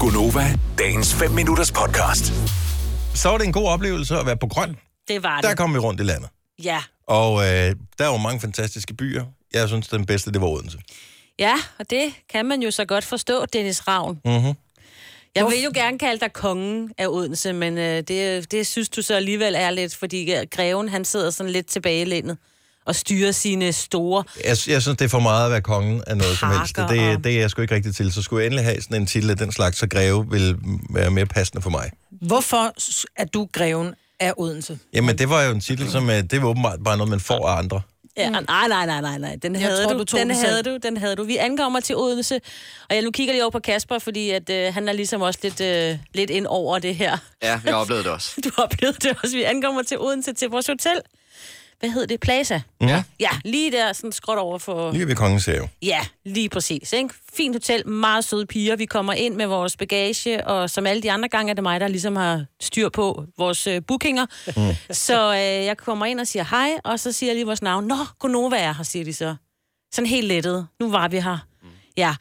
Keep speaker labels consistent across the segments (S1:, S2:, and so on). S1: Gunova, dagens 5 minutters podcast.
S2: så var det en god oplevelse at være på Grøn.
S3: Det var det.
S2: Der kom vi rundt i landet.
S3: Ja.
S2: Og øh, der var mange fantastiske byer. Jeg synes, den bedste, det var Odense.
S3: ja, og det kan man jo så godt forstå, Dennis Ravn.
S2: Mhm.
S3: Jeg vil jo gerne kalde dig kongen af Odense, men øh, det, det synes du så alligevel er lidt, fordi øh, greven han sidder sådan lidt tilbage i landet og styrer sine store...
S2: Jeg, jeg synes, det er for meget at være kongen af noget som helst.
S3: Parker
S2: Det,
S3: og-
S2: det er jeg sgu ikke rigtig til. Så skulle jeg endelig have sådan en titel af den slags, så greve ville være mere passende for mig.
S4: Hvorfor s- er du greven af Odense?
S2: Jamen, det var jo en titel, som øh, det var åbenbart bare noget, man får af andre.
S3: Ja, nej, nej, nej, nej, nej. Den havde
S4: Mm. tror,
S3: du,
S4: du tog
S3: den,
S4: den
S3: havde
S4: selv.
S3: du, den havde du. Vi ankommer til Odense, og jeg nu kigger lige over på Kasper, fordi at, øh, han er ligesom også lidt, øh, lidt ind over det her.
S5: Ja, jeg oplevede det også.
S3: Du oplevede det også. Vi ankommer til Odense til vores hotel. Hvad hed det? Plaza?
S5: Ja.
S3: Ja, lige der, sådan skråt over for...
S2: Lige ved kongens have.
S3: Ja, lige præcis. Ikke? Fint hotel, meget søde piger. Vi kommer ind med vores bagage, og som alle de andre gange er det mig, der ligesom har styr på vores øh, bookinger. Mm. Så øh, jeg kommer ind og siger hej, og så siger jeg lige vores navn. Nå, Gonova er her, siger de så. Sådan helt lettet. Nu var vi her. Ja,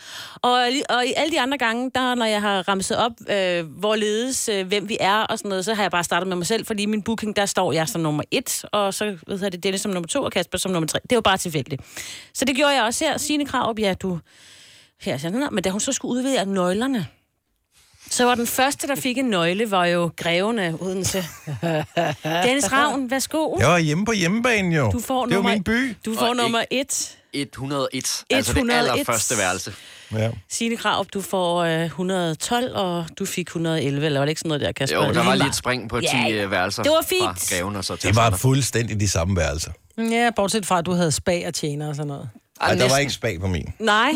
S3: og, li- og i alle de andre gange, der når jeg har ramset op, øh, hvorledes, øh, hvem vi er og sådan noget, så har jeg bare startet med mig selv, fordi i min booking, der står jeg som nummer et, og så ved jeg det Dennis som nummer to, og Kasper som nummer tre. Det var bare tilfældigt. Så det gjorde jeg også her. Signe Krav, ja, du... Her, sådan, her. men da hun så skulle udvide nøglerne, så var den første, der fik en nøgle, var jo greven af Odense. Dennis Ravn, værsgo.
S2: Jeg var hjemme på hjemmebane, jo.
S3: Du får
S2: det var
S3: nummer,
S2: min by.
S3: Du får
S5: Og
S3: nummer et.
S5: 101. Altså det
S3: 101.
S5: allerførste værelse.
S2: Ja.
S3: Signe Krav, du får øh, 112, og du fik 111, eller var det ikke sådan noget der, Kasper?
S5: Jo, der var lige
S3: meget.
S5: et spring på 10
S3: Ja, ja.
S5: yeah. værelser
S3: Det var fint.
S5: fra Greven og så til
S2: Det var
S5: Sander.
S2: fuldstændig de samme værelser.
S4: Ja, bortset fra, at du havde spag og tjener og sådan noget.
S5: Ej,
S2: Ej, der var
S5: næsten.
S2: ikke spag på min.
S3: Nej.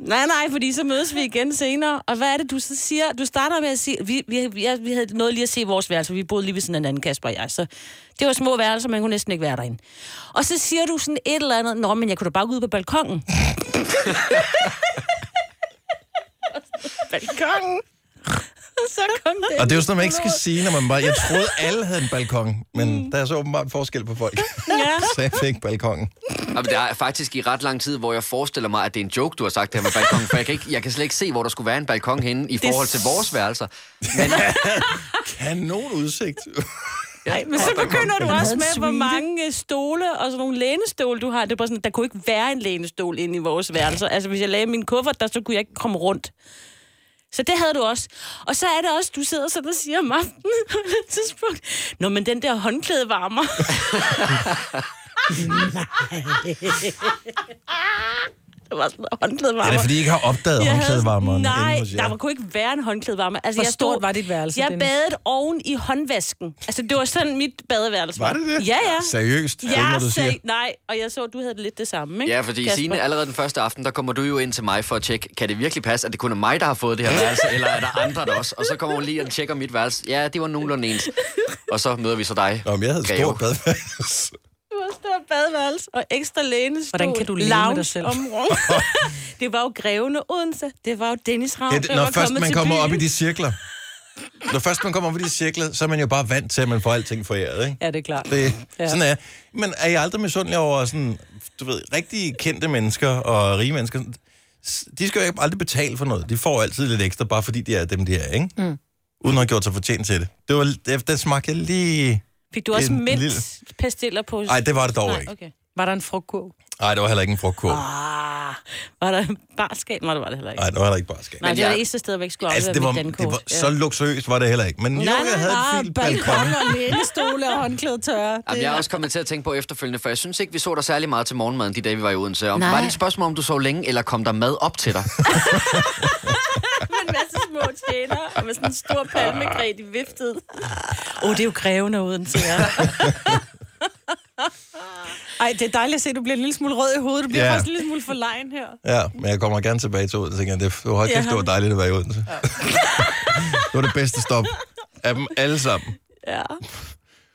S3: nej, nej, fordi så mødes vi igen senere. Og hvad er det, du så siger? Du starter med at sige, vi, vi, vi, vi havde nået lige at se vores værelse. Vi boede lige ved sådan en anden, Kasper og jeg. Så det var små værelser, man kunne næsten ikke være derinde. Og så siger du sådan et eller andet, Nå, men jeg kunne da bare gå ud på balkongen. balkongen? så kom det.
S2: Og det er jo sådan, noget, man ikke skal sige, når man bare... Jeg troede, alle havde en balkon, men mm. der er så åbenbart forskel på folk.
S3: Ja.
S2: Så jeg fik balkongen.
S5: Jamen, der er faktisk i ret lang tid, hvor jeg forestiller mig, at det er en joke, du har sagt det her med balkongen, for jeg kan, ikke, jeg kan slet ikke se, hvor der skulle være en balkon henne i forhold til vores værelser.
S2: Kanon udsigt.
S3: Nej, men så begynder du også med, hvor mange øh, stole og sådan nogle lænestole, du har. Det er bare sådan, der kunne ikke være en lænestol inde i vores værelse. Altså, hvis jeg lagde min kuffert der, så kunne jeg ikke komme rundt. Så det havde du også. Og så er det også, du sidder sådan og siger om aftenen på et tidspunkt, Nå, men den der håndklæde varmer. det var sådan, håndklæde varmer.
S2: Er det, fordi I ikke har opdaget
S3: Jeg havde-
S2: håndklædevarmeren?
S3: Nej,
S2: inde hos jer?
S3: der var, kunne ikke være en håndklædevarmer. Altså,
S4: Hvor stort var dit værelse,
S3: Jeg
S4: Dennis?
S3: badet oven i håndvasken. Altså, det var sådan mit badeværelse.
S2: Var det det?
S3: Ja, ja.
S2: Seriøst? det
S3: Ja,
S2: må du siger.
S3: sag, nej, og jeg så, at du havde det lidt det samme, ikke?
S5: Ja, fordi
S3: Kasper?
S5: Signe, allerede den første aften, der kommer du jo ind til mig for at tjekke, kan det virkelig passe, at det kun er mig, der har fået det her værelse, eller er der andre der også? Og så kommer hun lige og tjekker mit værelse. Ja, det var nogenlunde ens. Og så møder vi så dig.
S2: Nå, men jeg havde et
S5: Greve.
S2: stort badeværelse.
S3: Du har stort badeværelse og ekstra lænestol.
S4: Hvordan kan du leve med dig
S3: lounge
S4: selv?
S3: område. det var jo grevende Odense. Det var jo Dennis Ravn,
S2: Ja,
S3: der
S2: det,
S3: var
S2: når først
S3: kommet
S2: man
S3: til
S2: kommer
S3: byen.
S2: op i de cirkler, når først man kommer op i de cirkler, så er man jo bare vant til, at man får alting foræret, ikke?
S4: Ja, det er klart.
S2: Det,
S4: Ja.
S2: sådan er Men er jeg aldrig misundelig over sådan, du ved, rigtig kendte mennesker og rige mennesker? S- De skal jo ikke- aldrig betale for noget. De får altid lidt ekstra, bare fordi de er dem, de er, ikke? Mm. Uden at have gjort sig fortjent til det. Det var, det, det smagte jeg lige...
S3: Fik du også
S2: en
S3: mint
S2: lille-
S3: pastiller på?
S2: Nej, det var det dog
S3: Nej,
S2: ikke.
S3: okay.
S4: Var der en frugtkurv?
S2: Nej, det var heller ikke en frugtkurv. Nej,
S3: Ah, var der barskab? Nej, det var det heller ikke.
S2: det var heller ikke barskab.
S3: Nej, det var
S5: jeg-
S3: det eneste sted, hvor jeg ikke skulle
S2: Altså, det var,
S3: aflevere
S2: det var
S3: Ja.
S2: så luksuriøst var det heller ikke. Men jo,
S3: nej,
S2: jeg havde et fint balkon.
S4: Ah, og lænestole og håndklæde tørre.
S5: Jamen, jeg er også kommet til at tænke på efterfølgende, for jeg synes ikke, vi så dig særlig meget til morgenmaden de dage, vi var i Odense. Om,
S3: Nej.
S5: var det et spørgsmål, om du sov længe, eller kom der mad op til dig?
S3: med en masse små tjener, og med sådan en stor palmegræ, de viftede. Åh, oh, det er jo krævende uden til jer.
S4: Ej, det er dejligt at se, at du bliver en lille smule rød i hovedet. Du bliver
S2: Ja.
S4: yeah. faktisk en lille smule for lejen her.
S2: Ja, men jeg kommer gerne tilbage til Odense igen. Det var højt kæft, det var dejligt at være i Odense. det var det bedste stop af dem alle sammen.
S3: Ja.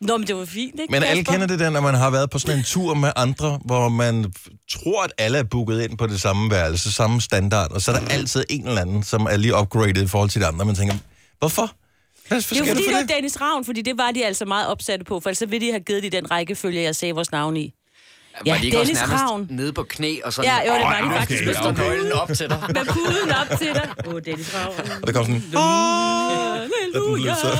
S3: Nå, men det var fint, ikke?
S2: Men alle
S3: Kasper?
S2: kender det der, når man har været på sådan en tur med andre, hvor man f- tror, at alle er booket ind på det samme værelse, samme standard, og så er der altid en eller anden, som er lige upgraded i forhold til de andre. Man tænker, hvorfor? Hvad
S3: Det er
S2: skal
S3: jo
S2: du
S3: fordi, det
S2: for
S3: var
S2: det?
S3: Dennis Ravn, fordi det var de altså meget opsatte på, for ellers så ville de have givet det i den rækkefølge, jeg sagde vores navn i. Ja,
S5: var de ikke også
S3: Dennis
S5: nærmest
S3: Ravn.
S5: nede på knæ og sådan?
S3: Ja, jo, det var de
S2: Åh, ja,
S3: faktisk.
S2: okay,
S3: Med
S5: Løfter nøglen op til dig.
S3: med puden op til dig. Åh, oh, Dennis Ravn.
S2: Og der kom sådan,
S3: Halleluja.
S2: løfter.